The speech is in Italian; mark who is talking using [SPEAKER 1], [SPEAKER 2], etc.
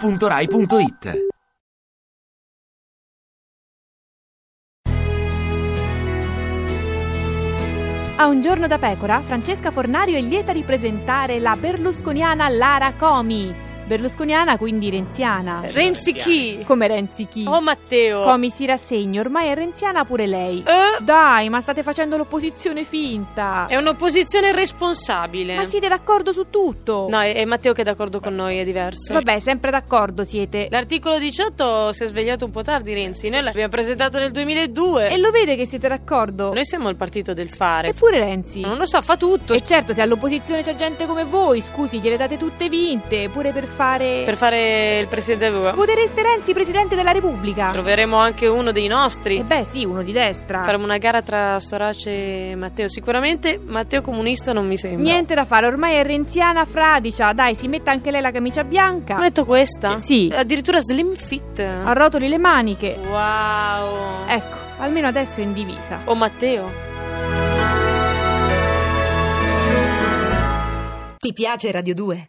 [SPEAKER 1] radio2pod.rai.it
[SPEAKER 2] A un giorno da pecora, Francesca Fornario è lieta di presentare la berlusconiana Lara Comi. Berlusconiana, quindi renziana.
[SPEAKER 3] Renzi chi?
[SPEAKER 2] Come Renzi chi?
[SPEAKER 3] Oh Matteo.
[SPEAKER 2] Comi si rassegna, ormai è renziana pure lei.
[SPEAKER 3] Eh,
[SPEAKER 2] Dai, ma state facendo l'opposizione finta.
[SPEAKER 3] è un'opposizione responsabile.
[SPEAKER 2] Ma siete d'accordo su tutto?
[SPEAKER 3] eh. No, è, è Matteo che è d'accordo con noi, è diverso.
[SPEAKER 2] Vabbè, sempre d'accordo siete.
[SPEAKER 3] L'articolo 18 si è svegliato un po' tardi Renzi, noi l'abbiamo presentato nel 2002.
[SPEAKER 2] E lo vede che siete d'accordo?
[SPEAKER 3] eh. Noi Mm. siamo il partito del fare.
[SPEAKER 2] Eppure Renzi.
[SPEAKER 3] Non lo so, fa tutto.
[SPEAKER 2] E certo, se all'opposizione c'è gente come voi, scusi, gliele date tutte vinte, pure per fare...
[SPEAKER 3] Per fare il presidente
[SPEAKER 2] Votereste Renzi presidente della Repubblica?
[SPEAKER 3] Troveremo anche uno dei nostri.
[SPEAKER 2] Eh beh, sì, uno di destra.
[SPEAKER 3] Faremo una gara tra Storace e Matteo. Sicuramente Matteo comunista non mi sembra.
[SPEAKER 2] Niente da fare, ormai è renziana fradicia. Dai, si metta anche lei la camicia bianca.
[SPEAKER 3] Ho detto questa? Eh.
[SPEAKER 2] Sì.
[SPEAKER 3] Addirittura slim fit.
[SPEAKER 2] Arrotoli le maniche.
[SPEAKER 3] Wow.
[SPEAKER 2] Ecco, almeno adesso è in divisa.
[SPEAKER 3] Oh Matteo.
[SPEAKER 4] Ti piace Radio 2?